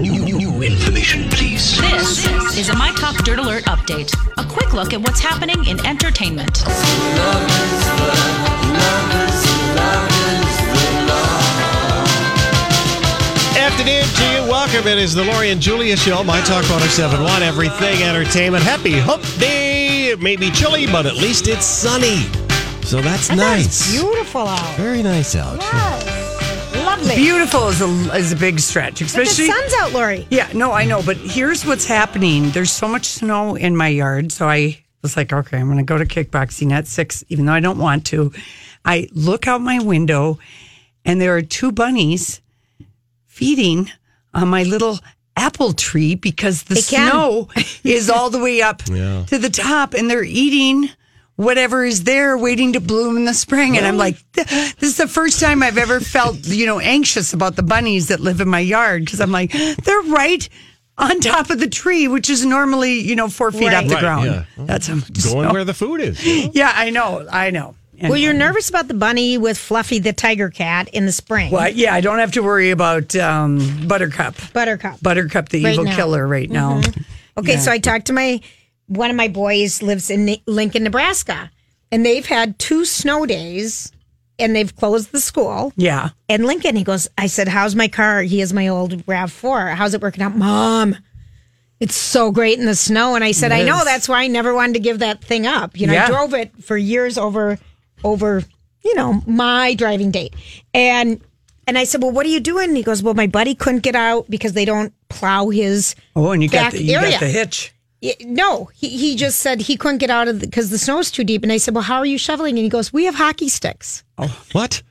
New, new, new information, please. This is a My Talk Dirt Alert update. A quick look at what's happening in entertainment. Afternoon to you. Welcome. It is the Lori and Julia Show, My Talk 1071, Everything Entertainment. Happy Hump Day. It may be chilly, but at least it's sunny. So that's nice. Beautiful out. Very nice out. Yes. Lovely. Beautiful is a, is a big stretch, But the especially. sun's out, Lori. yeah, no, I know, but here's what's happening. There's so much snow in my yard, so I was like, okay, I'm going to go to kickboxing at six, even though I don't want to. I look out my window, and there are two bunnies feeding on my little apple tree because the can. snow is all the way up to the top, and they're eating. Whatever is there waiting to bloom in the spring. And I'm like, "Th- this is the first time I've ever felt, you know, anxious about the bunnies that live in my yard because I'm like, they're right on top of the tree, which is normally, you know, four feet off Right. the Right, ground. yeah. That's how much Going snow- where the food is. Yeah, I know. I know. And- Well, you're nervous about the bunny with Fluffy the tiger cat in the spring. Well, yeah, I don't have to worry about um, Buttercup. Buttercup. Buttercup, the Right evil now. Mm-hmm. killer, right now. Okay, Yeah. so I talked to my one of my boys lives in Ne- Lincoln, Nebraska, and they've had two snow days, and they've closed the school. Yeah. And Lincoln, he goes, I said, How's my car? He has my old RAV4. How's it working out? Mom, it's so great in the snow. And I said, I know. is. That's why I never wanted to give that thing up. You know, Yeah. I drove it for years over, over, you know, my driving date. And, and I said, Well, what are you doing? And he goes, Well, my buddy couldn't get out because they don't plow his. Oh, and you got Back the, you area. got the hitch. Y- No, he, he just said he couldn't get out of because the, snow's too deep. And I said, Well, how are you shoveling? And he goes, We have hockey sticks. What?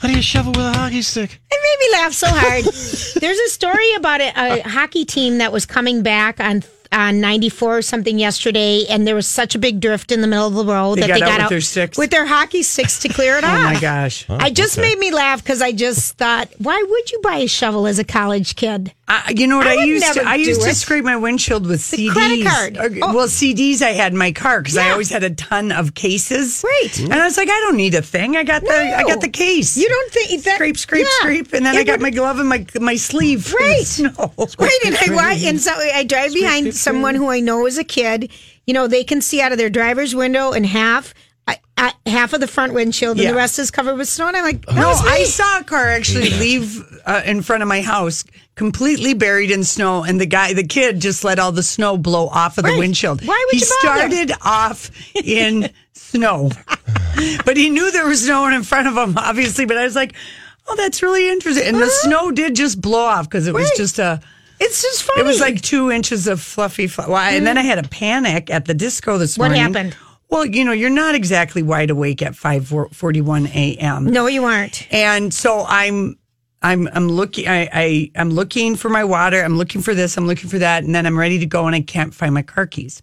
How do you shovel with a hockey stick? It made me laugh so hard. There's a story about a, a hockey team that was coming back on on 94 or something yesterday, and there was such a big drift in the middle of the road They that got they out got with out their sticks? with their hockey sticks to clear it Oh off. my gosh. I just made me laugh because I just thought, why would you buy a shovel as a college kid? I, you know what I I, would used to never I do used to it. scrape my windshield with The CDs. credit card. Or- Oh. Well, CDs I had in my car because I Yeah. always had a ton of cases. Right. And I was like, I don't need a thing. I got the I No. got the case. You don't think that scrape, scrape, yeah. scrape, and then It I got would- my glove and my my sleeve. for the Right. snow. Right, and I watch, and so I drive behind someone who I know is a kid. You know, they can see out of their driver's window, and half, I, I, half of the front windshield, and Yeah. the rest is covered with snow. And I'm like, No, no, I saw a car actually leave uh, in front of my house, completely buried in snow, and the guy, the kid, just let all the snow blow off of the Right. windshield. Why would he you bother? started off in snow, but he knew there was no one in front of him, obviously. But I was like, "Oh, that's really interesting." And the snow did just blow off because it was Right. just a. it's just funny. It was like two inches of fluffy. Fl- well, And then I had a panic at the disco this What morning. happened? Well, you know, you're not exactly wide awake at five forty-one a.m. no, you aren't. And so I'm I'm I'm looking I, I I'm looking for my water, I'm looking for this, I'm looking for that, and then I'm ready to go and I can't find my car keys.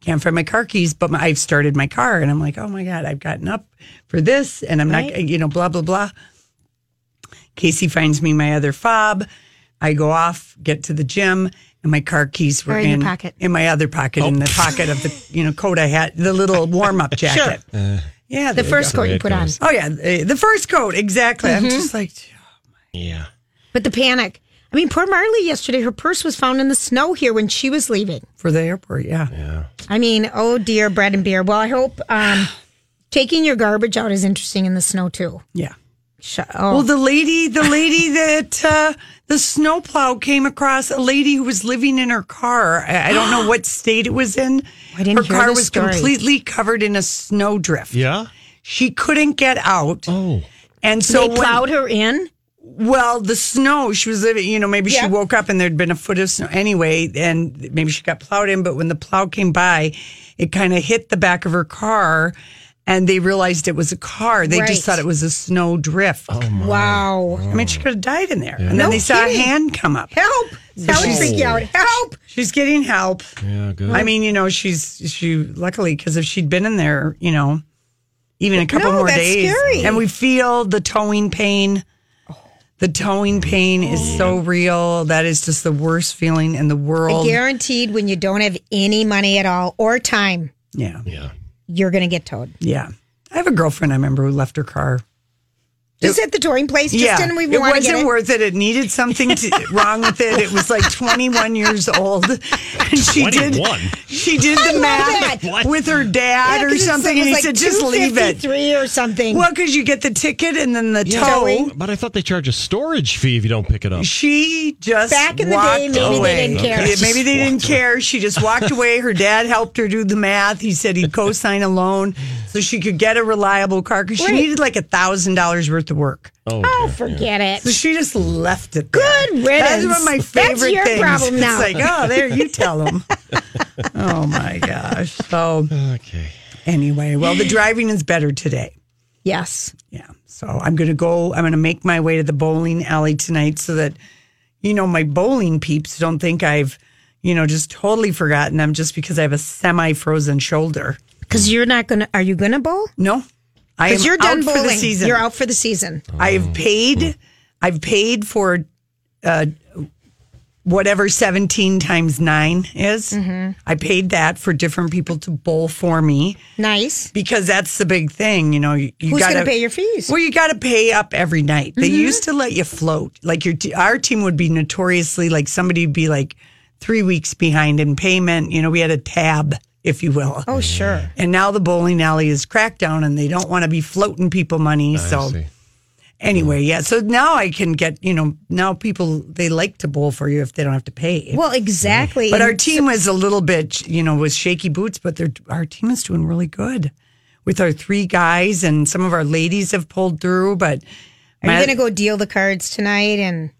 Can't find my car keys, but my, I've started my car and I'm like, "Oh my god, I've gotten up for this and I'm not you know blah blah blah." Casey finds me my other fob. I go off, get to the gym, and my car keys were Or in your in pocket. in my other pocket, in the pocket of the you know coat I had, the little warm up jacket. yeah, The there you go. first coat you it put on, Oh yeah, eh, the first coat exactly. Mm-hmm. I'm just like, Yeah. but the panic. I mean, poor Marley yesterday. Her purse was found in the snow here when she was leaving. for the airport. Yeah. I mean, oh dear, bread and beer. Well, I hope um, taking your garbage out is interesting in the snow too. Yeah. Shut, oh. Well, the lady, the lady that uh, the snowplow came across, a lady who was living in her car. I, I don't know what state it was in. I didn't her hear car this was story. completely covered in a snowdrift. Yeah. She couldn't get out. Oh. And so they when- plowed her in. well, the snow, she was living, you know, maybe Yeah. she woke up and there'd been a foot of snow anyway, and maybe she got plowed in. But when the plow came by, it kind of hit the back of her car and they realized it was a car. They Right. just thought it was a snow drift. Wow. I mean, she could have died in there. And then No they saw kidding. a hand come up. Help! That would freak you out. Help! She's getting help. Yeah, good. I mean, you know, she's, she, luckily, because if she'd been in there, you know, even a couple No, more that's days. scary. And we feel the towing pain. The towing pain Oh. is so real. That is just the worst feeling in the world. Guaranteed, when you don't have any money at all or time, Yeah. yeah. you're gonna get towed. Yeah. I have a girlfriend I remember who left her car. Just at the touring place. Just yeah. didn't we it want to wasn't get it? worth it. It needed something to, wrong with it. It was like 21 years old. And she did 21? she did the love math that. with her dad Yeah, 'cause or it's- something it and he was said like just leave it. $2.53 or something. Well, cuz you get the ticket and then the tow. But I thought they charge a storage fee if you don't pick it up. She just Back in the day, walked maybe they away. didn't care. Yeah, Maybe they didn't Walked away. care. She just walked away. Her dad helped her do the math. He said he'd co-sign a loan so she could get a reliable car because she Right. needed like a thousand dollars worth of work. oh, forget So it. she just left it. There. Good That's riddance. one of my That's favorite your things. problem now. It's like, oh, there you tell them. oh my gosh. So Okay. anyway, well, the driving is better today. Yes. Yeah. So I'm going to go, I'm going to make my way to the bowling alley tonight so that, you know, my bowling peeps don't think I've, you know, just totally forgotten them just because I have a semi frozen shoulder. Because you're not gonna. Are you gonna bowl? No. I am Because you're done out bowling. for the season. You're out for the season. I have paid, I've paid for uh, whatever 17 times nine is. Mm-hmm. I paid that for different people to bowl for me Nice. because that's the big thing. You know, you, you Who's gotta gonna pay your fees? Mm-hmm. Well, you got to pay up every night. They used to let you float. Like your, t- our team would be notoriously like somebody would be like three weeks behind in payment. You know, we had a tab, if you will. Oh, sure. And now the bowling alley is cracked down, and they don't want to be floating people money. so see. anyway, yeah. So now I can get you know now people they like to bowl for you if they don't have to pay. Well, exactly. But And our team was a little bit, you know, was shaky boots, but they're, our team is doing really good with our three guys and some of our ladies have pulled through. But Are you my- gonna go deal the cards tonight? And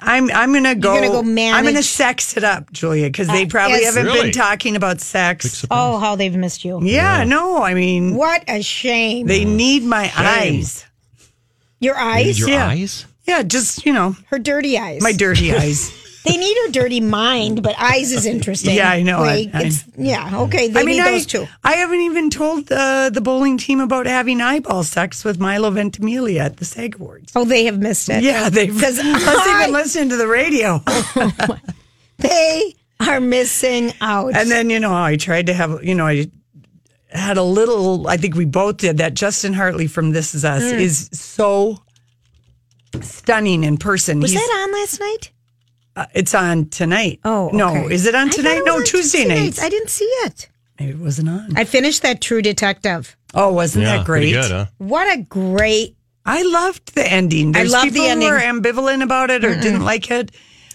I'm I'm gonna go. gonna go I'm gonna manage- Uh, sex it up, Julia, because they probably yes. haven't Really? been talking about sex. oh, how they've missed you. Yeah, no, I mean What a shame. they need my eyes. Your eyes, Your Yeah. eyes? Yeah, just you know her dirty eyes. my dirty eyes. They need her dirty mind, but eyes is interesting. Yeah, I know. Like, I- I- it's, yeah, okay. They need I, those two. I haven't even told uh, the bowling team about having eyeball sex with Milo Ventimiglia at the SAG Awards. Oh, they have missed it. Yeah, they've Because unless I- Oh. they've been listening to the radio. They are missing out. and then you know, I tried to have you know, I had a little. I think we both did that. Justin Hartley from This Is Us Mm. is so stunning in person. was He's- that on last night? uh, it's on tonight. Oh, no, okay. is it on I thought tonight? it No, was on Tuesday, nights. I didn't see it. Maybe it wasn't on. I finished that True Detective. Oh, wasn't that pretty great? good, huh? What a great! I loved the ending. I There's love the people ending. who are ambivalent about it or didn't like it.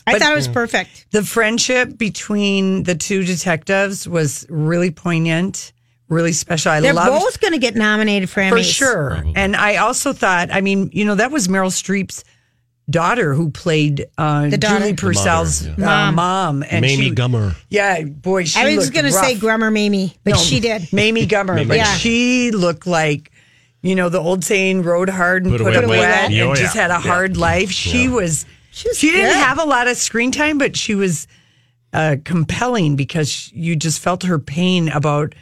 I But- thought it was perfect. The friendship between the two detectives was really poignant, really special. I They're loved both going to get nominated for Emmys for sure. And I also thought, I mean, you know, that was Meryl Streep's daughter who played uh, The daughter. Julie The Purcell's mother, uh, mom. And Mamie she, Gummer. Yeah, boy, she I was looked going to say rough. Grummer Mamie, but she did. Mamie Gummer. but Gummer. she looked like, you know, the old saying, rode hard and put, away, wet. wet, Yeah, and oh, just yeah. had a hard life. She was, She was didn't good. have a lot of screen time, but she was uh, compelling because you just felt her pain about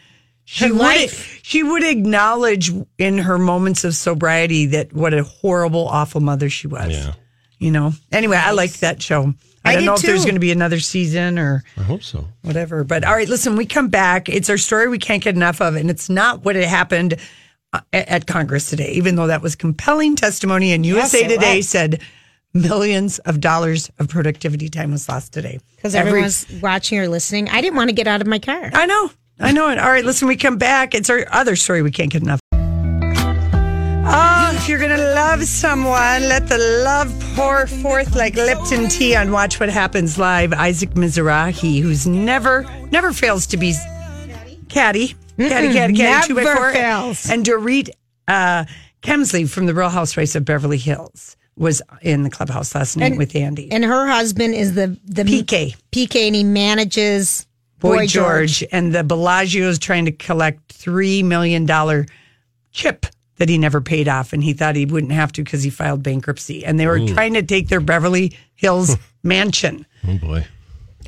she Her would, life. She would acknowledge in her moments of sobriety that what a horrible, awful mother she was. Yeah. You know. Anyway, I liked that show. I, I don't did know if there's too. going to be another season or I hope so. whatever. But all right, listen, we come back. It's our story we can't get enough of, and it's not what it happened uh, at, at Congress today, even though that was compelling testimony. And USA it Today was. said millions of dollars of productivity time was lost today Because Every- everyone's watching or listening. I didn't want to get out of my car. I know, I know it. All right, listen, we come back. It's our other story we can't get enough. Oh, if you're gonna love someone, let the love pour forth like Lipton tea on Watch What Happens Live. Isaac Mizrahi, who's never never fails to be caddy, caddy, caddy, caddy, two by never four, fails. and Dorit uh, Kemsley from the Real Housewives of Beverly Hills was in the clubhouse last night with Andy. And her husband is the the PK. PK, and he manages Boy, George, and the Bellagio is trying to collect three million dollar chip that he never paid off, and he thought he wouldn't have to because he filed bankruptcy, and they were trying to take their Beverly Hills mansion. Oh boy.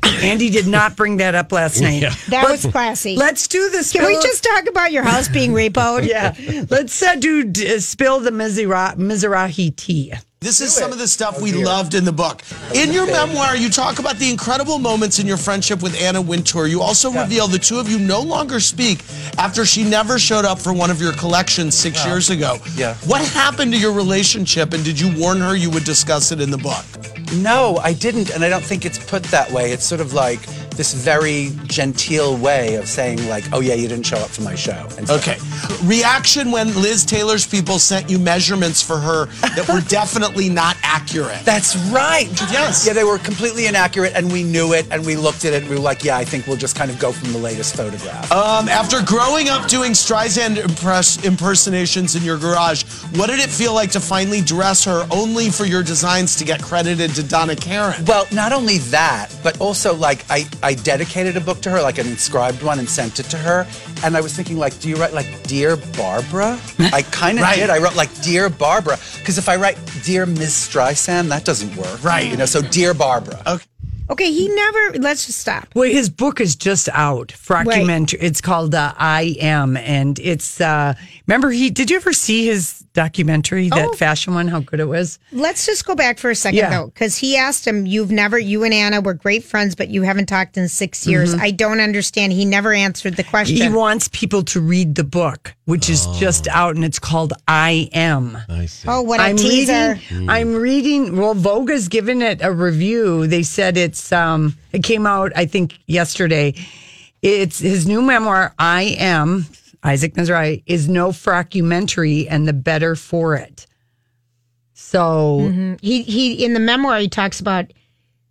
Andy did not bring that up last night. That was classy. Let's do this. Can we Philip. just talk about your house being repoed? yeah? Let's uh, do d- spill the Mizra- Mizrahi tea. This is some of the Oh, stuff we loved in the book. In your memoir, you talk about the incredible moments in your friendship with Anna Wintour. You also reveal the two of you no longer speak after she never showed up for one of your collections six years ago. Yeah. What happened to your relationship, and did you warn her you would discuss it in the book? No, I didn't, and I don't think it's put that way. It's sort of like this very genteel way of saying, like, oh yeah, you didn't show up for my show. And stuff. Okay. Reaction when Liz Taylor's people sent you measurements for her that were definitely not accurate. That's right. Yes. Yeah, they were completely inaccurate, and we knew it, and we looked at it, and we were like, yeah, I think we'll just kind of go from the latest photograph. Um, after growing up doing Streisand impress- impersonations in your garage, what did it feel like to finally dress her only for your designs to get credited to Donna Karen? Well, not only that, but also like I, I dedicated a book to her, like an inscribed one, and sent it to her. And I was thinking, like, do you write like Dear Barbara? I kind of Right. did. I wrote like Dear Barbara because if I write Dear Miss Streisand, that doesn't work, Right. You know, so Dear Barbara. Okay, he never. Let's just stop. Well, his book is just out. Documentary. It's called uh, I Am, and it's. Uh, remember, he did you ever see his documentary that Oh. fashion one? How good it was. Let's just go back for a second Yeah. though, because he asked him, "You've never, you and Anna were great friends, but you haven't talked in six years. I don't understand." He never answered the question. Mm-hmm. He wants people to read the book, which is just out, and it's called I Am. I see. oh, what a I'm teaser! reading. I'm reading. Well, Voga's given it a review. They said it's. Um, it came out, I think, yesterday. It's his new memoir. I am Isaac Mizrahi is no frockumentary and the better for it. So He he in the memoir he talks about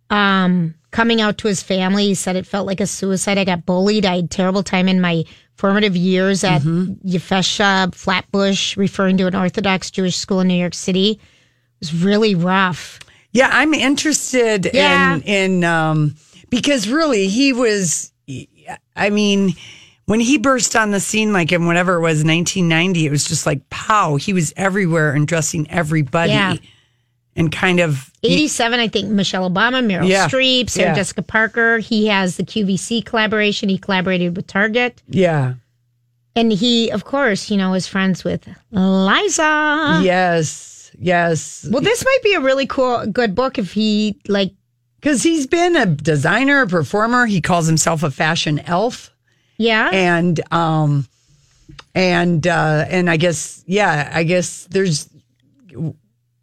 um coming out to his family. He said it felt like a suicide. I got bullied. I had a terrible time in my formative years at Mm-hmm. Yefesha Flatbush, referring to an Orthodox Jewish school in New York City. It was really rough. Yeah, I'm interested Yeah. in in um because really he was I mean when he burst on the scene like in whatever it was 1990 it was just like pow he was everywhere and dressing everybody Yeah. and kind of 87, I think Michelle Obama, Meryl Yeah. Streep, Sarah Yeah. Jessica Parker. He has the QVC collaboration. He collaborated with Target. yeah And he, of course, you know, is friends with Liza. yes yes Well, this might be a really cool, good book if he, like, cuz he's been a designer, a performer, he calls himself a fashion elf yeah. and um and uh and I guess yeah, I guess there's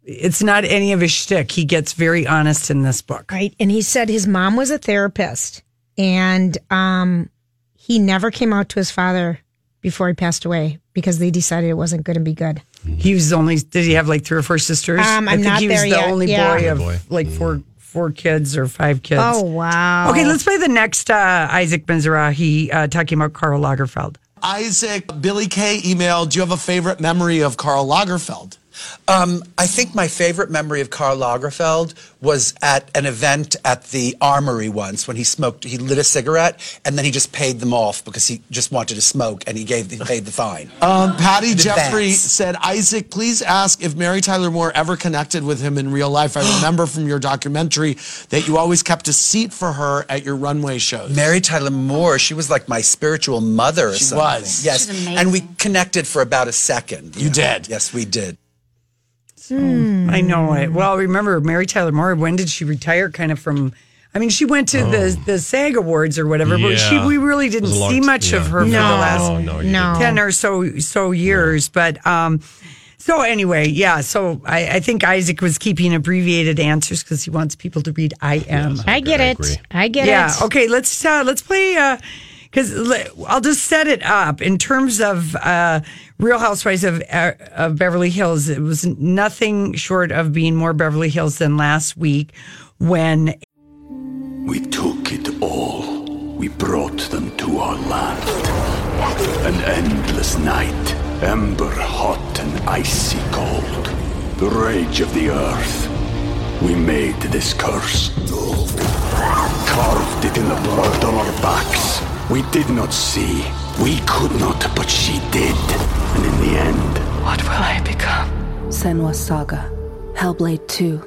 it's not any of his shtick. He gets very honest in this book. Right. And he said his mom was a therapist and um, he never came out to his father before he passed away because they decided it wasn't going to be good. He was only did he have like three or four sisters? Um, I'm I think not he was there the yet. only Yeah. boy of boy. like four four kids or five kids. Oh, wow. Okay, let's play the next uh, Isaac Mizrahi uh, talking about Karl Lagerfeld. Isaac, Billy Kay emailed, do you have a favorite memory of Karl Lagerfeld? Um, I think my favorite memory of Karl Lagerfeld was at an event at the Armory once when he smoked. He lit a cigarette and then he just paid them off because he just wanted to smoke and he gave he paid the fine. Um, Patty Jeffrey Vance. said, Isaac, please ask if Mary Tyler Moore ever connected with him in real life. I remember from your documentary that you always kept a seat for her at your runway shows. Mary Tyler Moore, she was like my spiritual mother. Or She something. was. yes, and we connected for about a second. You did. yes, we did. I know it. Well, remember Mary Tyler Moore, when did she retire kind of from I mean, she went to the the SAG Awards or whatever, but she Oh. Yeah. we really didn't It was a long see t- much of yeah. her for the No. last Oh, no, you no. ten or so so years. But um, so anyway, yeah. So I, I think Isaac was keeping abbreviated answers because he wants people to read I am. I get I it. agree. I get yeah. it. Okay. Let's uh, let's play. Uh, because I'll just set it up in terms of uh, Real Housewives of uh, of Beverly Hills. It was nothing short of being more Beverly Hills than last week when We took it all. We brought them to our land. An endless night, ember hot and icy cold. The rage of the earth. We made this curse. Carved it in the blood on our backs. We did not see. We could not, but she did. And in the end, What will I become? Senwa Saga, Hellblade 2.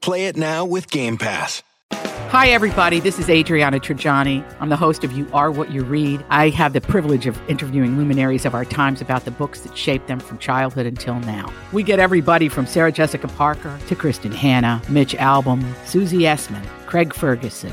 Play it now with Game Pass. Hi, everybody. This is Adriana Trajani. I'm the host of You Are What You Read. I have the privilege of interviewing luminaries of our times about the books that shaped them from childhood until now. We get everybody from Sarah Jessica Parker to Kristen Hanna, Mitch Albom, Susie Essman, Craig Ferguson,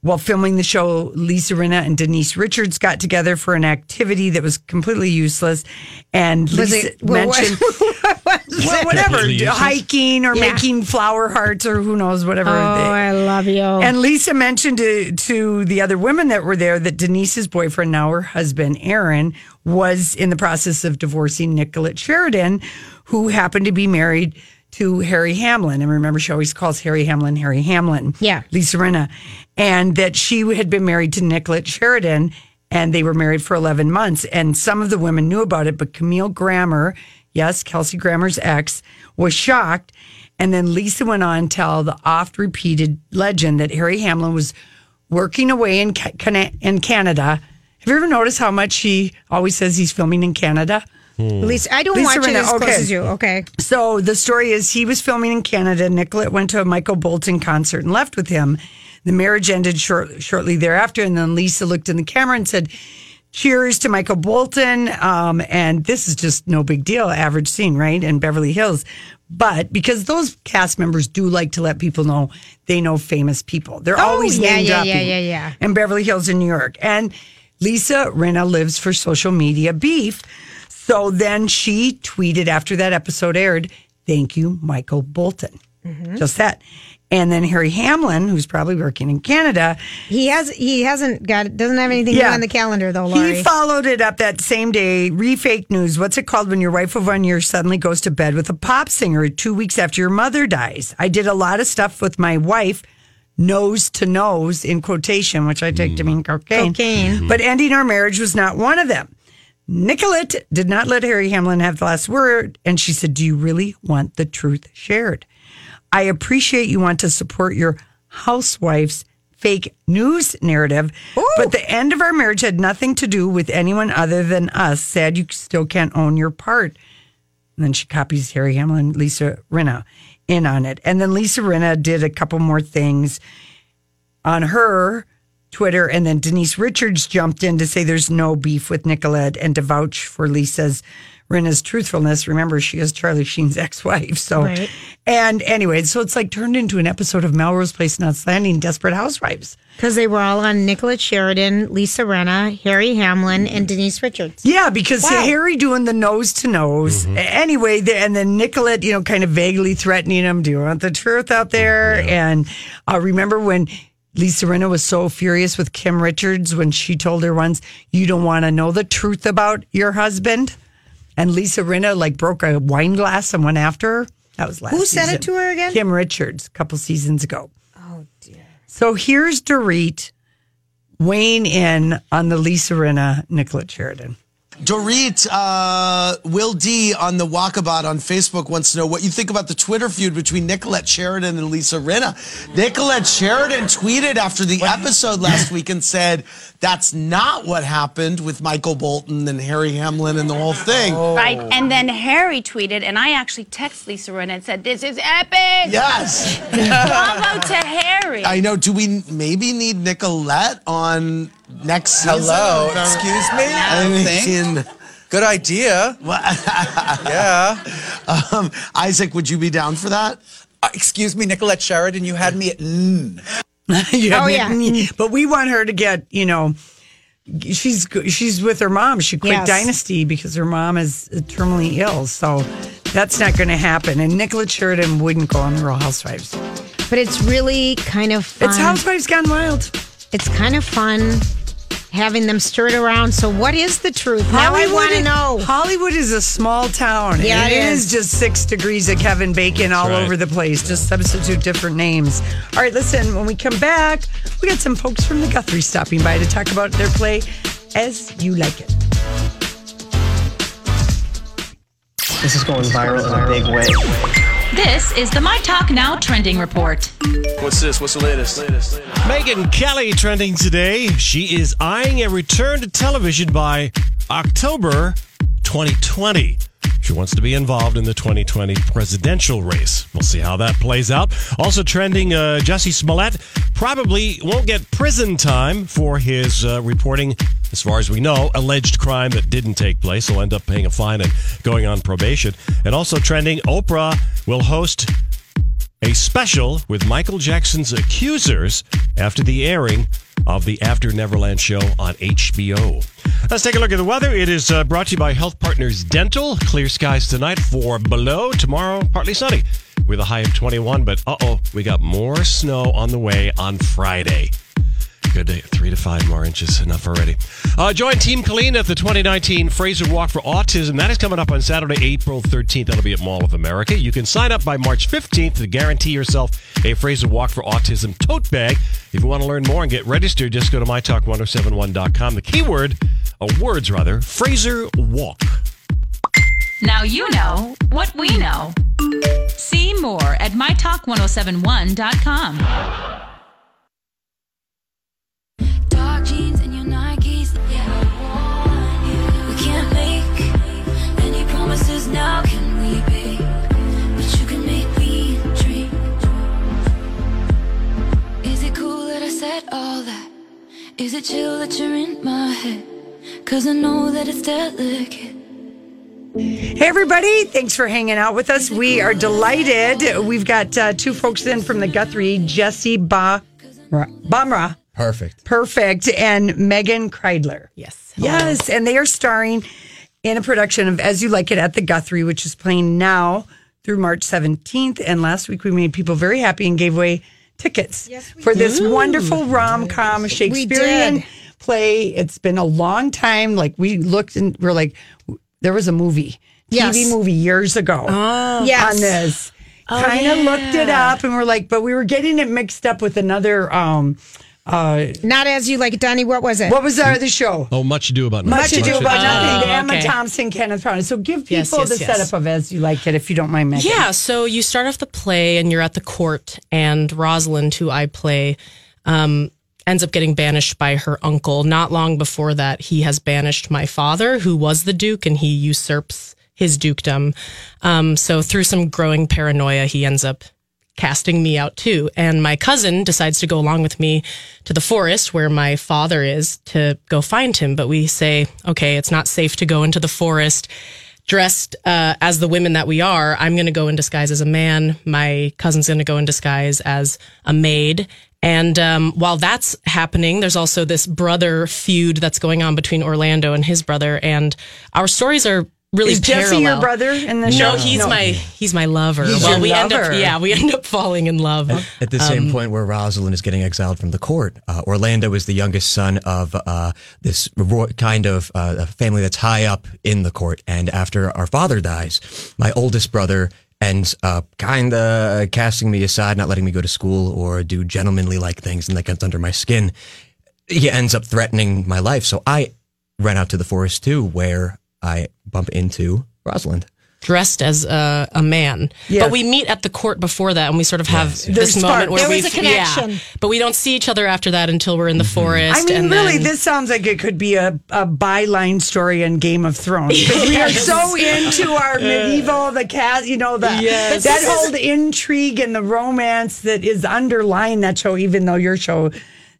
while filming the show, Lisa Rinna and Denise Richards got together for an activity that was completely useless, and Was Lisa it- well, what- mentioned well, whatever Completely useless? hiking or Yeah. making flower hearts or who knows whatever. Oh, I love you. And Lisa mentioned to, to the other women that were there that Denise's boyfriend, now her husband, Aaron, was in the process of divorcing Nicolette Sheridan, who happened to be married to Harry Hamlin. And remember, she always calls Harry Hamlin Harry Hamlin. Yeah. Lisa Rinna. And that she had been married to Nicolette Sheridan and they were married for 11 months. And some of the women knew about it, but Camille Grammer, yes, Kelsey Grammer's ex, was shocked. And then Lisa went on to tell the oft repeated legend that Harry Hamlin was working away in, Ca- Cana- in Canada. Have you ever noticed how much he always says he's filming in Canada? Lisa, I don't watch it as close as you. Okay. So the story is he was filming in Canada. Nicolette went to a Michael Bolton concert and left with him. The marriage ended short, shortly thereafter. And then Lisa looked in the camera and said, Cheers to Michael Bolton. Um, and this is just no big deal, average scene, right? In Beverly Hills. But because those cast members do like to let people know they know famous people, they're Oh, always yeah, name yeah, dropping yeah, yeah, yeah. in Beverly Hills in New York. And Lisa Rinna lives for social media beef. So then she tweeted after that episode aired, thank you, Michael Bolton. Just that. And then Harry Hamlin, who's probably working in Canada, He has he hasn't got doesn't have anything new Yeah. on the calendar though, Laurie. he followed it up that same day. Refake news. What's it called when your wife of one year suddenly goes to bed with a pop singer two weeks after your mother dies? I did a lot of stuff with my wife, nose to nose in quotation, which I take to mean cocaine. Cocaine. Mhm. But ending our marriage was not one of them. Nicolette did not let Harry Hamlin have the last word, and she said, Do you really want the truth shared? I appreciate you want to support your housewife's fake news narrative, but the end of our marriage had nothing to do with anyone other than us. Sad you still can't own your part. And then she copies Harry Hamlin, Lisa Rinna in on it. And then Lisa Rinna did a couple more things on her Twitter. And then Denise Richards jumped in to say there's no beef with Nicolette and to vouch for Lisa's Rinna's truthfulness. Remember, she is Charlie Sheen's ex wife. So, Right. and anyway, so it's like turned into an episode of Melrose Place Nuts Landing, Desperate Housewives. Because they were all on Nicolette Sheridan, Lisa Renna, Harry Hamlin, and Denise Richards. Yeah, because Wow. Mm-hmm. Harry doing the nose to nose. Anyway, the, and then Nicolette, you know, kind of vaguely threatening him. Do you want the truth out Oh, there? And uh, remember when Lisa Rinna was so furious with Kim Richards when she told her once, "You don't want to know the truth about your husband," and Lisa Rinna like broke a wine glass and went after her. That was last. Who said it season. to her again? Kim Richards, a couple seasons ago. Oh dear. So here's Dorit weighing in on the Lisa Rinna Nicolette Sheridan. Dorit, uh, Will D on the Walkabout on Facebook wants to know what you think about the Twitter feud between Nicolette Sheridan and Lisa Rinna. Nicolette Sheridan tweeted after the episode last week and said, That's not what happened with Michael Bolton and Harry Hamlin and the whole thing. Oh. Right, and then Harry tweeted, and I actually texted Lisa Rinna and said, "This is epic." Yes. Bravo to Harry. I know. Do we maybe need Nicolette on next season? Hello, excuse me? I don't think. Good idea. yeah. Um, Isaac, would you be down for that? Uh, excuse me, Nicolette Sheridan, you had me at mm. Yeah, Oh, yeah. But we want her to get, you know, she's she's with her mom. She quit Yes. Dynasty because her mom is terminally ill. So that's not going to happen. And Nicola Sheridan wouldn't go on The Real Housewives. But it's really kind of fun. It's Housewives Gone Wild. It's kind of fun having them stirred around. So, what is the truth? Now I want to know. Hollywood is a small town. Yeah, and it is. is. just six degrees of Kevin Bacon all right. over the place. Just substitute different names. All right, listen, when we come back, we got some folks from the Guthrie stopping by to talk about their play as you like it. This is going viral in a big way. This is the My Talk Now trending report. What's this? What's the latest? latest? Megan Kelly trending today. She is eyeing a return to television by October 2020. She wants to be involved in the 2020 presidential race. We'll see how that plays out. Also trending, uh, Jesse Smollett probably won't get prison time for his uh, reporting, as far as we know, alleged crime that didn't take place. He'll end up paying a fine and going on probation. And also trending, Oprah will host a special with Michael Jackson's accusers after the airing of the After Neverland show on HBO. Let's take a look at the weather. It is uh, brought to you by Health Partners Dental. Clear skies tonight, four below. Tomorrow, partly sunny with a high of 21. But uh oh, we got more snow on the way on Friday. Good day. Three to five more inches. Enough already. Uh, join Team Colleen at the 2019 Fraser Walk for Autism. That is coming up on Saturday, April 13th. That'll be at Mall of America. You can sign up by March 15th to guarantee yourself a Fraser Walk for Autism tote bag. If you want to learn more and get registered, just go to mytalk1071.com. The keyword, or words rather, Fraser Walk. Now you know what we know. See more at mytalk1071.com. Dark jeans and your Nikes, yeah. We can't make any promises now, can we, babe? But you can make me dream. Is it cool that I said all that? Is it chill that you're in my head? Cause I know that it's delicate. Hey, everybody. Thanks for hanging out with us. We are delighted. We've got uh, two folks in from the Guthrie, Jesse ba- Bamra. Perfect. Perfect. And Megan Kreidler. Yes. Yes. And they are starring in a production of As You Like It at the Guthrie, which is playing now through March 17th. And last week we made people very happy and gave away tickets for this did. wonderful rom com Shakespearean play. It's been a long time. Like we looked and we're like, w- there was a movie, Yes. TV movie years ago Oh. on Yes. this. Oh, kind of looked it yeah. up and we're like, but we were getting it mixed up with another um uh Not as you like it, Donnie. What was it? what was the other show? Oh, much ado about Much nothing. ado about nothing. Oh, Emma okay. Thompson, Kenneth Brown. So give people Yes, yes, the yes. setup of as you like it, if you don't mind, Megan. Yeah, so you start off the play and you're at the court, and Rosalind, who I play, um, ends up getting banished by her uncle. Not long before that, he has banished my father, who was the duke, and he usurps his dukedom. Um, so through some growing paranoia, he ends up casting me out too. And my cousin decides to go along with me to the forest where my father is to go find him. But we say, okay, it's not safe to go into the forest dressed uh, as the women that we are. I'm going to go in disguise as a man. My cousin's going to go in disguise as a maid. And um, while that's happening, there's also this brother feud that's going on between Orlando and his brother. And our stories are really Is parallel. Jesse your brother in the show? No, he's No. my he's my lover. He's well, your we end lover. up yeah, we end up falling in love. At the Um, same point where Rosalind is getting exiled from the court, uh, Orlando is the youngest son of uh, this ro- kind of uh, a family that's high up in the court. And after our father dies, my oldest brother ends up kind of casting me aside, not letting me go to school or do gentlemanly like things, and that gets under my skin. He ends up threatening my life. So I ran out to the forest too, where I bump into Rosalind. dressed as a, a man. But we meet at the court before that, and we sort of have Yes, yes. this There's moment spark. where There we was a connection. but we don't see each other after that until we're in the Mm-hmm. forest. I mean, and really, then- this sounds like it could be a, a byline story in Game of Thrones. Because We are so Yes. into our Uh, medieval, the cast, you know, the Yes. that This is- whole intrigue and the romance that is underlying that show, even though your show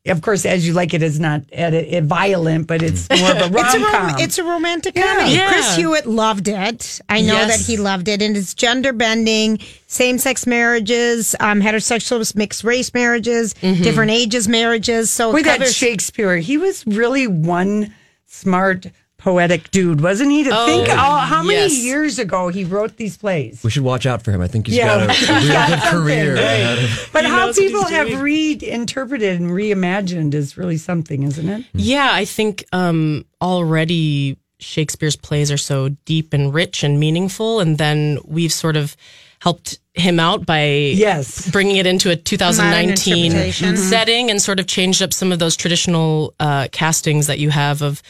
of course, as you like it is not at a, a violent, but it's more of a It's a, rom rom- com. it's a romantic comedy. Yeah. Chris Hewitt loved it. I know Yes. that he loved it. And it's gender bending, same sex marriages, um, heterosexual, mixed race marriages, Mm-hmm. different ages marriages. So it Boy, that covers- Shakespeare, he was really one smart, poetic dude, wasn't he? To Oh, think all, how many yes. years ago he wrote these plays. We should watch out for him. I think he's Yeah. got a real good career. Something. ahead of- But He how knows what people he's have doing. reinterpreted and reimagined is really something, isn't it? Yeah, I think um, already Shakespeare's plays are so deep and rich and meaningful, and then we've sort of helped him out by yes bringing it into a 2019 interpretation. Mhm. setting and sort of changed up some of those traditional uh, castings that you have of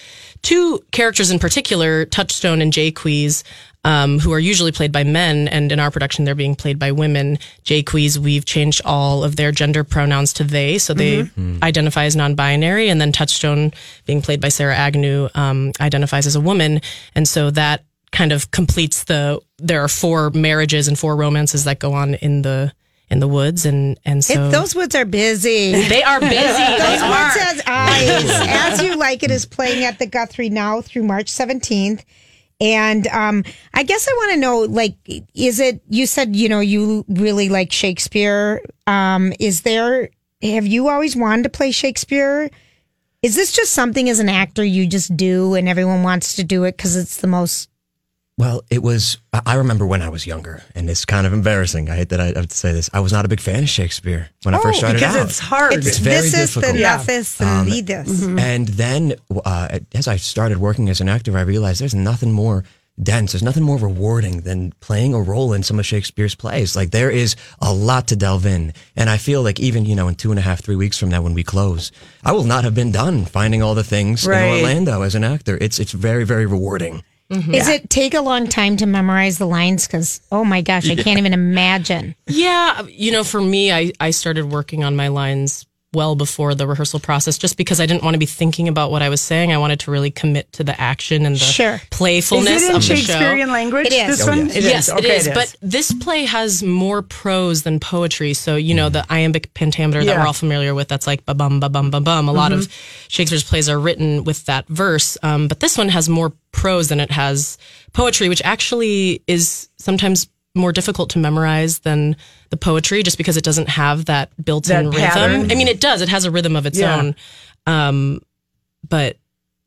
two characters in particular, Touchstone and Jaques. Um, who are usually played by men, and in our production, they're being played by women. Jaques, we've changed all of their gender pronouns to they, so they Mhm. Hmm. identify as non-binary and then touchstone being played by sarah agnew um, identifies as a woman and so that kind of completes the there are four marriages and four romances that go on in the in the woods and and so It, those woods are busy. They are busy. those They woods are. has eyes. As you like it is playing at the Guthrie now through March seventeenth. And um, I guess I want to know, like, is it? You said you know you really like Shakespeare. Um, is there? Have you always wanted to play Shakespeare? Is this just something as an actor you just do, and everyone wants to do it because it's the most? Well, it was. I- I remember when I was younger, and it's kind of embarrassing. I hate that I have to say this. I was not a big fan of Shakespeare when I Oh, first started because out. it's hard. It's, very this is difficult. Um, the nothing and the this. And then, uh, as I started working as an actor, I realized there's nothing more dense, there's nothing more rewarding than playing a role in some of Shakespeare's plays. Like there is a lot to delve in, and I feel like even you know in two and a half, three weeks from now when we close, I will not have been done finding all the things Right. in Orlando as an actor. It's it's very very rewarding. Is it take a long time to memorize the lines? Because oh my gosh, I Yeah. can't even imagine. Yeah, you know, for me, I, I started working on my lines well before the rehearsal process just because I didn't want to be thinking about what I was saying. I wanted to really commit to the action and the Sure. Is playfulness it in of the Shakespearean show. language, It is. this one? Oh, one? It is. yes, Okay, it is. it is. But this play has more prose than poetry. So, you know, the iambic pentameter that Yeah. we're all familiar with, that's like ba bum, ba bum, ba bum. A lot Mhm. of Shakespeare's plays are written with that verse. Um, but this one has more prose than it has poetry, which actually is sometimes more difficult to memorize than the poetry just because it doesn't have that built That in rhythm. pattern. I mean, it does, it has a rhythm of its Yeah. own. Um, but,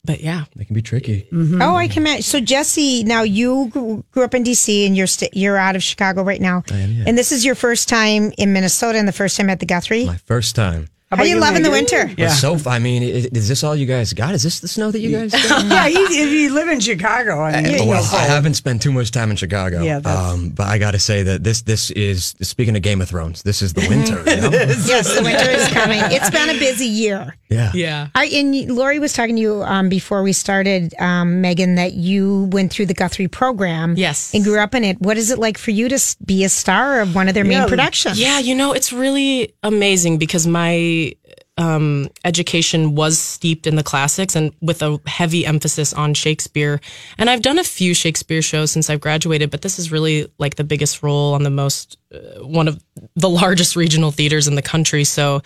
but yeah. It can be tricky. Oh, I can imagine. So Jesse, now you grew grew up in D.C. and you're st- you're out of Chicago right now, I am, yeah. and this is your first time in Minnesota and the first time at the Guthrie. My first time. How How you about you, loving the Megan? winter? Yeah. Yeah. So I mean, is, is this all you guys got? Is this the snow that you guys? Got? yeah, he, if you live in Chicago, I mean, Uh, you well, know, I haven't spent too much time in Chicago. Yeah, that's- um, but I got to say that this this is speaking of Game of Thrones, this is the winter. you know? yes, the winter is coming. It's been a busy year. Yeah. Yeah. I and Lori was talking to you um, before we started, um, Megan, that you went through the Guthrie program, yes, and grew up in it. What is it like for you to s- be a star of one of their main productions? Yeah, you know, it's really amazing because my um, education was steeped in the classics and with a heavy emphasis on Shakespeare. And I've done a few Shakespeare shows since I've graduated, but this is really like the biggest role on the most uh, one of the largest regional theaters in the country. So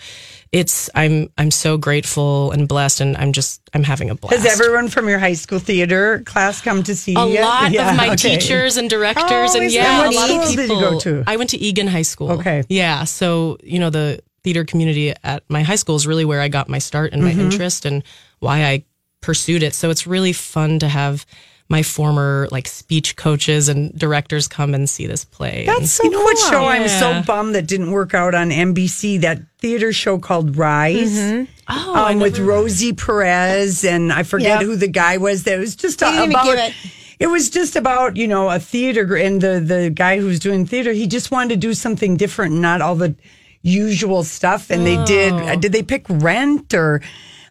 it's I'm I'm so grateful and blessed, and I'm just I'm having a blast. has everyone from your high school theater class come to see a you? lot Yeah, of my okay. teachers and directors Oh, and is yeah, that a neat? What lot of school did people. you go to? I went to Egan High School. Okay. Yeah, so you know the theater community at my high school is really where I got my start and my Mhm. interest and why I pursued it. So it's really fun to have my former like speech coaches and directors come and see this play. That's so you know what cool. show I'm so Yeah. bummed that didn't work out on NBC? That theater show called Rise. Mhm. Oh, um, I with never- Rosie Perez and I forget Yeah. who the guy was. That was just They didn't even about. give it. It was just about you know a theater gr- and the the guy who was doing theater. He just wanted to do something different, and not all the usual stuff. And they did. uh, Did they pick Rent or?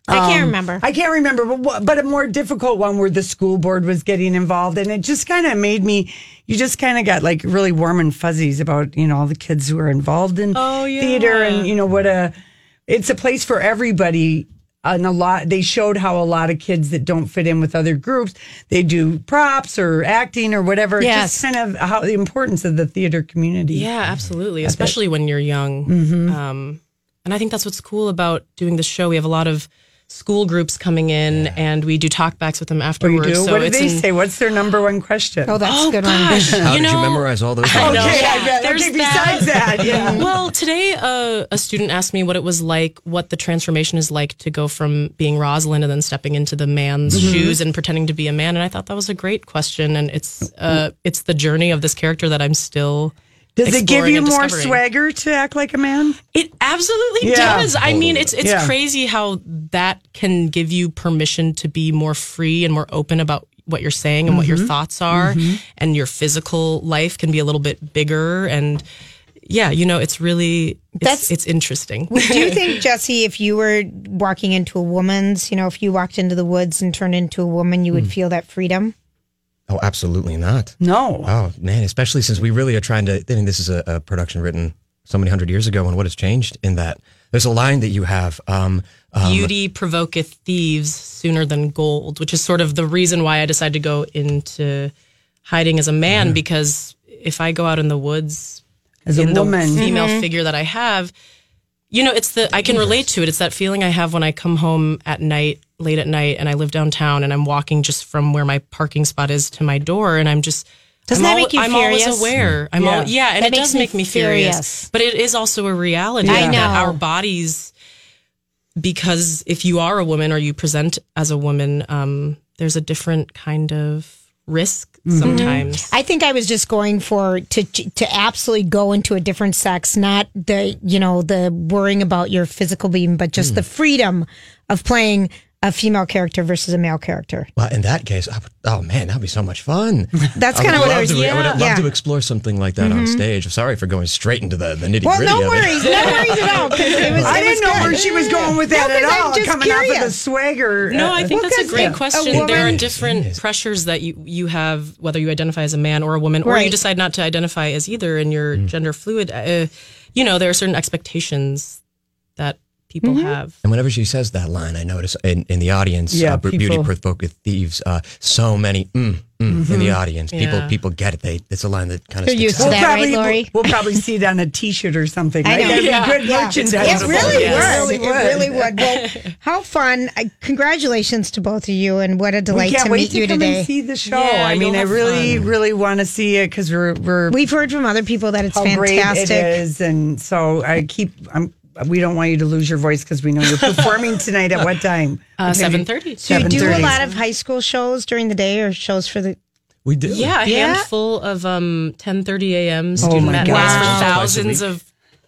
I can't remember. I can't remember, but wha- but a more difficult one where the school board was getting involved, and it just kind of made me. You just kind of got like really warm and fuzzies about you know all the kids who are involved in Oh, theater, and you know what a it's a place for everybody. And a lot they showed how a lot of kids that don't fit in with other groups they do props or acting or whatever. Yes. just kind of how the importance of the theater community. Yeah, absolutely. That's it. Especially when you're young. Mhm. Um, And I think that's what's cool about doing this show. We have a lot of school groups coming in and we do talkbacks with them What do you afterwards. do? So what do it's they an- say? What's their number one question? Oh, that's a good one. gosh, How you did you know, memorize all those? I numbers? know. Okay, I bet. Okay, besides that, yeah. Well, today uh, a student asked me what it was like, what the transformation is like to go from being Rosalind and then stepping into the man's Mhm. shoes and pretending to be a man. And I thought that was a great question. And it's uh, it's the journey of this character that I'm still. Does it give exploring you and more discovering. swagger to act like a man? It absolutely does. I mean, it's it's crazy how that can give you permission to be more free and more open about what you're saying and what your Mhm. thoughts are, Mhm. and your physical life can be a little bit bigger. And yeah, you know, it's really it's, it's interesting. Would you think, Jesse, if you were walking into a woman's, you know, if you walked into the woods and turned into a woman, you Mm. would feel that freedom? Oh, absolutely not. No. Oh man, especially since we really are trying to. I mean, this is a, a production written so many hundred years ago, and what has changed in that? There's a line that you have. Um, um, Beauty provoketh thieves sooner than gold, which is sort of the reason why I decided to go into hiding as a man. Because if I go out in the woods As a in woman. the female Mhm. figure that I have, you know, it's the I can relate to it. It's that feeling I have when I come home at night, late at night, and I live downtown, and I'm walking just from where my parking spot is to my door, and I'm just. Doesn't I'm that al- make you I'm furious? always aware. I'm Yeah. yeah, yeah and That it makes does me make me furious. furious. But it is also a reality I that know. our bodies because if you are a woman or you present as a woman, um, there's a different kind of risk sometimes. I think I was just going for to to absolutely go into a different sex, not the you know the worrying about your physical being, but just the Hmm. freedom of playing a female character versus a male character. Well, in that case, I would, oh man, that'd be so much fun. That's I kinda would what I love was- To, I would yeah. love Yeah. to explore something like that on Mhm. stage. Sorry for going straight into the, the nitty gritty. Well, no of worries, it. no worries at all. 'cause It was, I it was didn't know good. where she was going with that No, at 'cause all. I'm just coming out with the curious. swagger. No, I think Well, that's a 'cause great yeah, question. there are woman- different pressures that you, you have, whether you identify as a man or a woman, or you Right. decide not to identify as either and you're Mm. gender fluid. Uh, you know, there are certain expectations that people have. And whenever she says that line, I notice in, in the audience, Yeah, uh, Beauty people- Provoketh Thieves, uh, so many mm, mm, in the Mhm. audience. Yeah. People people get it. They It's a line that kind of We'll sticks out. probably, We'll, we'll probably see it on a T-shirt or something. I Right? know. That'd Yeah. be good Yeah. merchandise. It really Yes. would. It really would. Well, how fun! I- Congratulations to both of you, and what a delight we can't to wait meet to you come today. And see the show. I mean, I really, really want to see it because we're we're We've heard from other people that it's how fantastic. great it is, and so I keep. I'm. We don't want you to lose your voice because we know you're performing tonight. At what time? Uh, 7:30. So you do a 7:30. lot of high school shows during the day, or shows for the We do. Yeah, a Yeah. handful of um, 10.30 a.m. Oh student my matinees God. for Wow. thousands Twice a of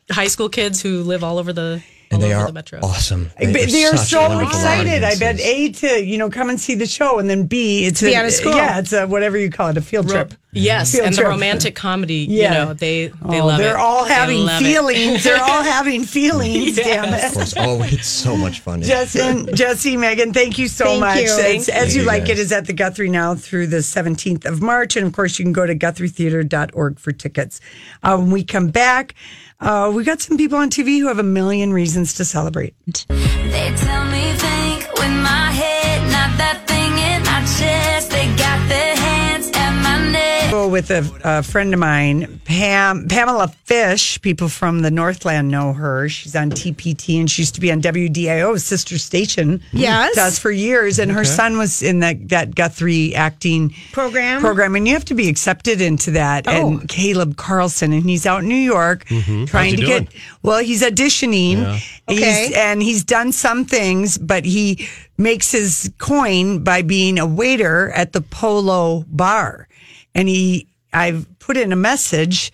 high school kids who live all over the, all And they over are the metro. awesome. But They, are are such so wonderful excited. I audience. bet A to you know come and see the show, and then B it's be out of school. Yeah, it's a whatever you call it, a field trip. Yes, Field and the trip. romantic comedy, Yeah. you know, they, they Oh, love they're it. all They having love it. feelings. they're all having feelings. Damn it. Of course. Oh, it's so much fun. Justin, Jesse, Megan, thank you so Thank much. you. It's- Thank as you. you like, it Yes. is at the Guthrie now through the 17th of March. And of course, you can go to GuthrieTheater.org for tickets. Uh, when we come back, uh, we got some people on TV who have a million reasons to celebrate. They tell me think with my head, not that thing in my chest. They got their hands at my neck. Go with a, a friend of mine, Pam Pamela Fish. People from the Northland know her. She's on TPT and she used to be on WDIO, sister station. Yes. to us for years. And her Okay. son was in that that Guthrie acting program. Oh. program, and you have to be accepted into that. And Caleb Carlson, and he's out in New York Mhm. trying How's to he get. Well, he's auditioning. Yeah. He's, Okay. and he's done some things, but he makes his coin by being a waiter at the Polo Bar, and he. I've put in a message.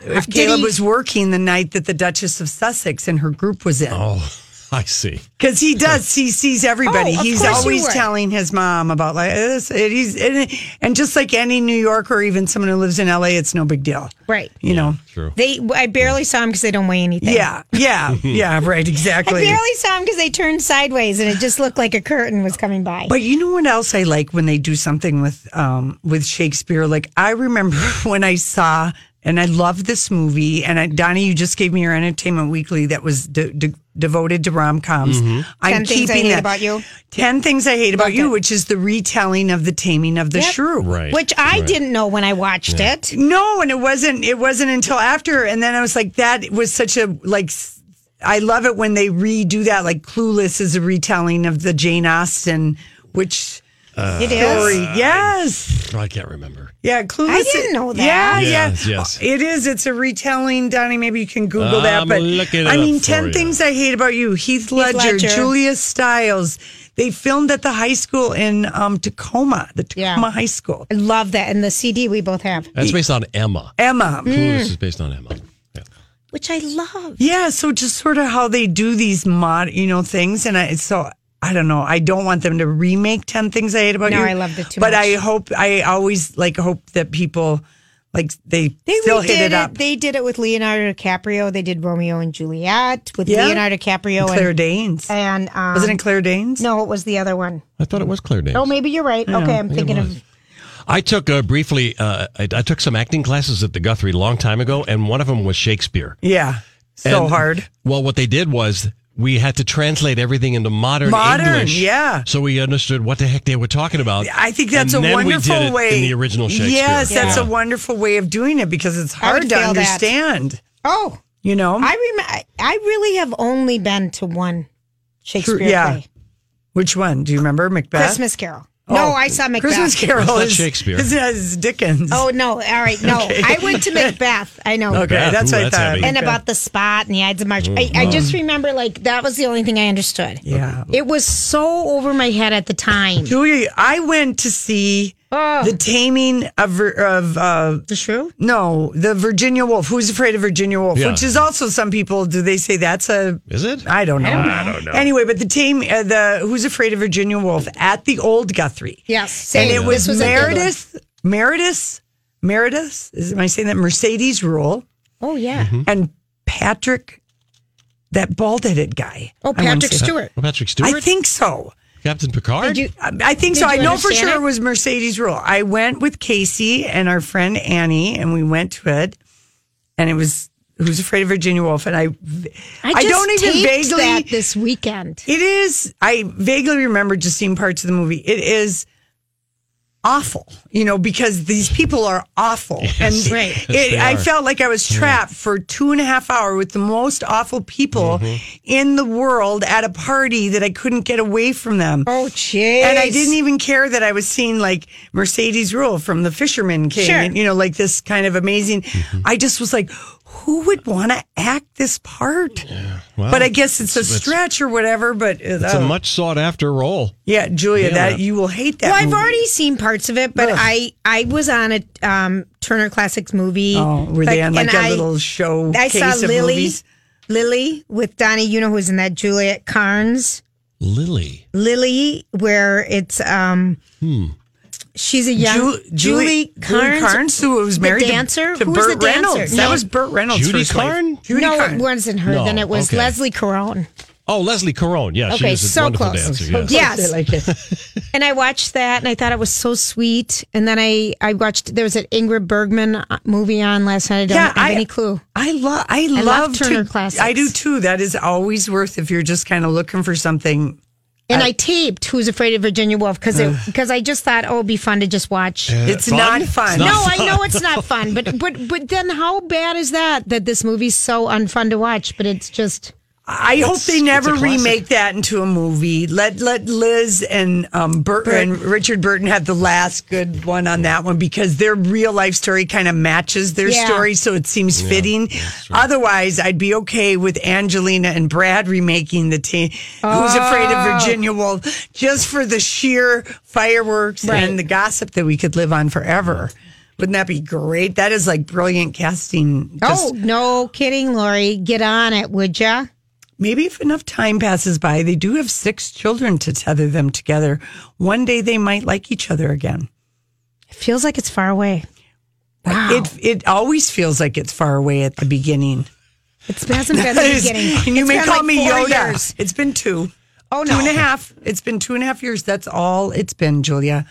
If Did Caleb he- was working the night that the Duchess of Sussex and her group was in. Oh, I see. Because he does, he sees everybody. Oh, of he's course you always would. telling his mom about like this. It, he's and, and just like any New Yorker, even someone who lives in LA, it's no big deal, Right. you know. True. They, I barely saw him because they don't weigh anything. Yeah, yeah, yeah. Right, I exactly. barely saw him because they turned sideways and it just looked like a curtain was coming by. But you know what else I like when they do something with um, with Shakespeare? Like I remember when I saw and I love this movie. And I, Donnie, you just gave me your Entertainment Weekly that was de- de- devoted to rom coms. Mhm. I'm 10 keeping Things I Hate that. About You. Ten things I hate about you, which is the retelling of the Taming of the Yep. Shrew, Which I didn't know when I watched it. No, and it wasn't. It wasn't until after, and then I was like, that was such a like s- I love it when they redo that. Like Clueless is a retelling of the Jane Austen, which Uh, story? Yes. I can't remember. Yeah, Clueless. I didn't know that. Yeah, yeah. Yes, yes. It is. It's a retelling, Donnie. Maybe you can Google that. I'm But looking it I up mean, for 10 you. Things I Hate About You, Heath Ledger, Ledger. Julia Stiles. They filmed at the high school in um, Tacoma, the Tacoma High School. I love that. And the CD we both have, That's based on Emma. Emma. Clueless is based on Emma. which I love. Yeah, so just sort of how they do these mod, you know, things, and I, so I don't know. I don't want them to remake Ten Things I Hate About No, You. I loved it too But much. I hope I always like hope that people like they, They still redid hit it up. They did it with Leonardo DiCaprio. They did Romeo and Juliet with Yeah. Leonardo DiCaprio and Claire Danes. And um, Wasn't it Claire Danes? No, it was the other one. I thought it was Claire Danes. Oh, maybe you're right. Yeah, okay, I'm I think it thinking was. of. I took uh, briefly. Uh, I, I took some acting classes at the Guthrie a long time ago, and one of them was Shakespeare. Yeah, so And- hard. Well, what they did was we had to translate everything into modern, Modern, English. yeah. So we understood what the heck they were talking about. I think that's and a then wonderful we did it way in the original Shakespeare. Yes, that's Yeah. a wonderful way of doing it because it's I would hard to feel that. understand. Oh, You know, I remember. I really have only been to one Shakespeare True, yeah. play, Which one? Do you remember Macbeth? Christmas Carol. No, Oh, I saw Macbeth. Christmas Carol That's is Shakespeare. Is, is Dickens. Oh no! All right, no. Okay. I went to Macbeth. I know. Okay, Macbeth. that's Ooh, what I that's thought. heavy. And about the spot and the Ides of March. I, I just remember like that was the only thing I understood. Mm. yeah. It was so over my head at the time. Julia, I went to see Oh. the Taming of Vir- of uh, the Shrew. no, the Virginia Woolf. Who's afraid of Virginia Woolf? Yeah. Which is also some people do they say that's a Is it? I don't know. I don't know. Anyway, but the team, uh, the Who's Afraid of Virginia Woolf at the old Guthrie. Yes, and same. it This was, a good one. Meredith, Meredith, Meredith. Is am I saying that Mercedes Rule Oh yeah. and Patrick, that bald-headed guy? Oh, I wanna Patrick say- Stewart. Well, Patrick Stewart, I think so. Captain Picard. Did you- I I think Did so. you I know for understand sure it? it? was Mercedes Rule. I went with Casey and our friend Annie, and we went to it, and it was Who's Afraid of Virginia Woolf, and I, I, just don't even taped vaguely. that this weekend. It is. I vaguely remember just seeing parts of the movie. It is awful, you know, because these people are awful, and Right. it, they I are. felt like I was trapped for two and a half hour with the most awful people Mm-hmm. in the world at a party that I couldn't get away from them. Oh jeez. And I didn't even care that I was seeing like Mercedes Rule from The Fisherman King, Sure. and, you know, like this kind of amazing. Mm-hmm. I just was like, who would want to act this part? Well, but I guess it's a Oh, it's- stretch or whatever. But uh, oh, it's a much sought after role. yeah, Julia, Yeah. that you will hate that. Well, I've movie. already seen parts of it, but Ugh. I I was on a um, Turner Classics movie. Oh, were they on like and a I- little show? I saw case of Lily, movies? Lily with Donnie. You know who's in that? Juliet Carnes. Lily. Lily, where it's um, Hmm. she's a young Ju- Julie, Carnes. who was the married to- dancer? to, Who was Burt the dancer? Reynolds. That No. was Burt Reynolds. Judy first wife. Carnes? Judy no, Carnes. it wasn't her. No, then it was okay. Leslie Caron. Oh, Leslie Caron. Yeah, she Okay, was a so wonderful close. Oh, dancer. So yes. close. Yes. I like it. And I watched that, and I thought it was so sweet. And then I I watched there was an Ingrid Bergman uh, movie on last night. I don't Yeah, have I- any clue. I love. I, love love Turner to, Classics. I do too. That is always worth if you're just kind of looking for something. And I, taped Who's Afraid of Virginia Woolf because Uh. because I just thought oh, it'd be fun to just watch. It's fun? not It's fun. not no, I know it's not fun, but but but then how bad is that that this movie's so unfun to watch? But it's just I hope they it's never a classic. remake that into a movie. Let let Liz and um, Bert, and Richard Burton have the last good one on that one because their real life story kind of matches their Yeah. story, so it seems fitting. Otherwise, I'd be okay with Angelina and Brad remaking the team. Who's afraid of Oh. Virginia Woolf? Just for the sheer fireworks Right. and the gossip that we could live on forever. Wouldn't that be great? That is like brilliant casting. Just- oh no, kidding, Lori, get on it, would ya? Maybe if enough time passes by, they do have six children to tether them together. One day they might like each other again. It feels like it's far away. Wow, it, It it always feels like it's far away at the beginning. hasn't been the beginning. And you It's may been call like me four Yoda. years. It's been two. Oh no, two and a half. It's been two and a half years. That's all it's been, Julia.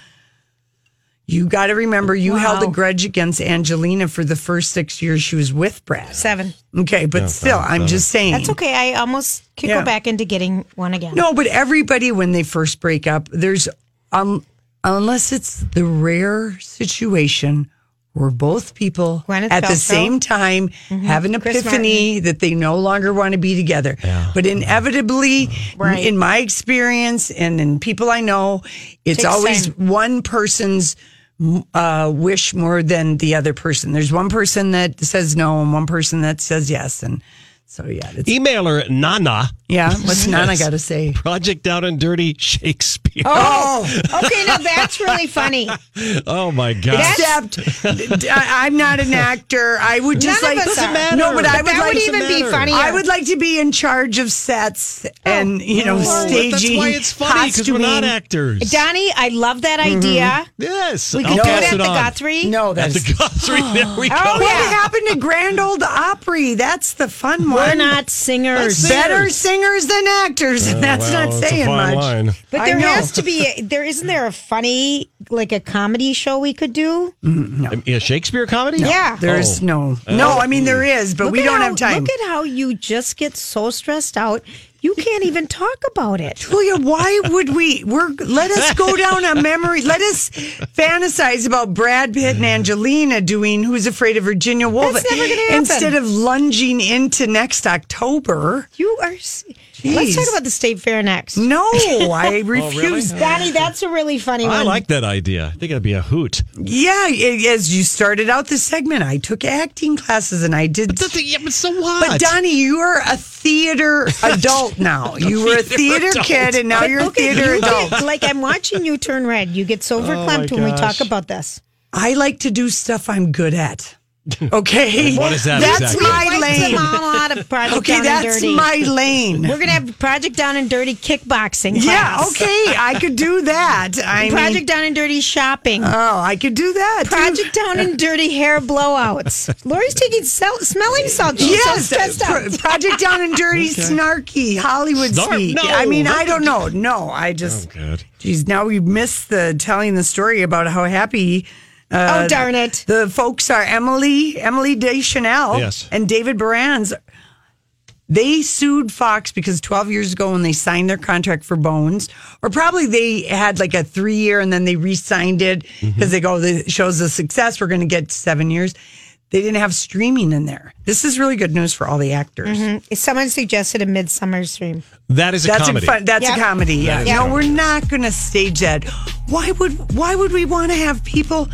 You got to remember, you held a Wow. grudge against Angelina for the first six years she was with Brad. Seven. Okay, but still, I'm just saying That's okay. I almost could Yeah. go back into getting one again. No, but everybody when they first break up, there's um unless it's the rare situation were both people Gwyneth at the Paltrow. Mm-hmm. same time have an Chris epiphany that they no longer want to be together. But inevitably, Right. in my experience and in people I know, it's Takes always time. one person's m- uh, wish more than the other person. There's one person that says no and one person that says yes. And so, yeah. It's, Emailer Nana. yeah. What's Nana got to say? Project Down and Dirty Shakespeare. Oh, okay. Now that's really funny. Oh, my God. Except I, am not an actor. I would just None of like us Doesn't are. matter. no, but I But would that like would even be Doesn't matter. funnier. I would like to be in charge of sets and you know Oh, but staging. that's why it's funny, 'cause we're not costuming. actors. Donnie, I love that Mm-hmm. idea. Yes. We I'll Oh. could do pass it at it the on. Guthrie. No, At that's the Guthrie. There we go. Oh, what happened to Grand Old Opry? That's the fun one. We're not singers. That's better singers than actors. and that's Uh, Oh, well, not it's a saying fine much. line. But I there know. has to be. There isn't there a funny like a comedy show we could do? Um, Yeah, Shakespeare comedy? Yeah. There's Oh. no, no. I mean, there is, but Look we at don't how- have time. Look at how you just get so stressed out. You can't even talk about it. Julia, why would we? We're let us go down a memory. Let us fantasize about Brad Pitt and Angelina doing "Who's Afraid of Virginia Woolf" That's never gonna happen. instead of lunging into next October. You are. s Let's talk Jeez. about the state fair next. No, I refuse. Donnie, that's a really funny I one. like that idea. I think it'd be a hoot. Yeah, i- as you started out the segment, I took acting classes and I did. But, the, yeah, but so what? But Donnie, you are a theater adult now. You were a theater adult. kid, and now But you're a look at theater you adult. get- like I'm watching you turn red. You get so verklempt when we Oh gosh. talk about this. I like to do stuff I'm good at. Okay, What is that That's exactly? my Wipe them lane. all out of Project Okay, Down and that's Dirty. my lane. We're gonna have Project Down and Dirty kickboxing. yeah, class. okay, I could do that. I Project mean, Down and Dirty shopping. oh, I could do that. too. Project Down and Dirty hair blowouts. Lori's taking sel- smelling salts. She's so Yes, stressed out. Pro- Project Down and Dirty, snarky Hollywood Snark? speak. No, Oh, I mean, I what don't know. No, I just. God. Geez, now we missed the telling the story about how happy. Uh, Oh, darn it. The folks are Emily Emily Deschanel Yes. and David Barans. They sued Fox because 12 years ago when they signed their contract for Bones, or probably they had like a three year and then they re signed it because Mm-hmm. they go, the show's a success. We're going to get seven years. They didn't have streaming in there. This is really good news for all the actors. Mm-hmm. Someone suggested a midsummer stream. That is a That's comedy. a fun, that's Yep. a comedy. Yeah. is a No, comedy. we're not going to stage that. Why would Why would we want to have people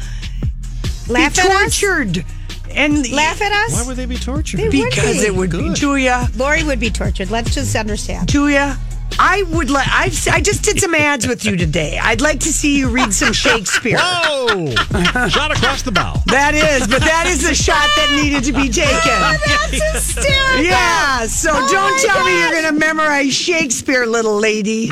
Laugh be at us? tortured and Laugh at us. Why would they be tortured? They would because be. it would be Good. Julia. Lori would be tortured. Let's just understand. Julia, I would like. I've s- I just did some ads with you today. I'd like to see you read some Shakespeare. Oh! Shot across the bow. That is, but that is the shot that needed to be taken. That's hysterical. Yeah, so don't tell me you're going to memorize Shakespeare, little lady.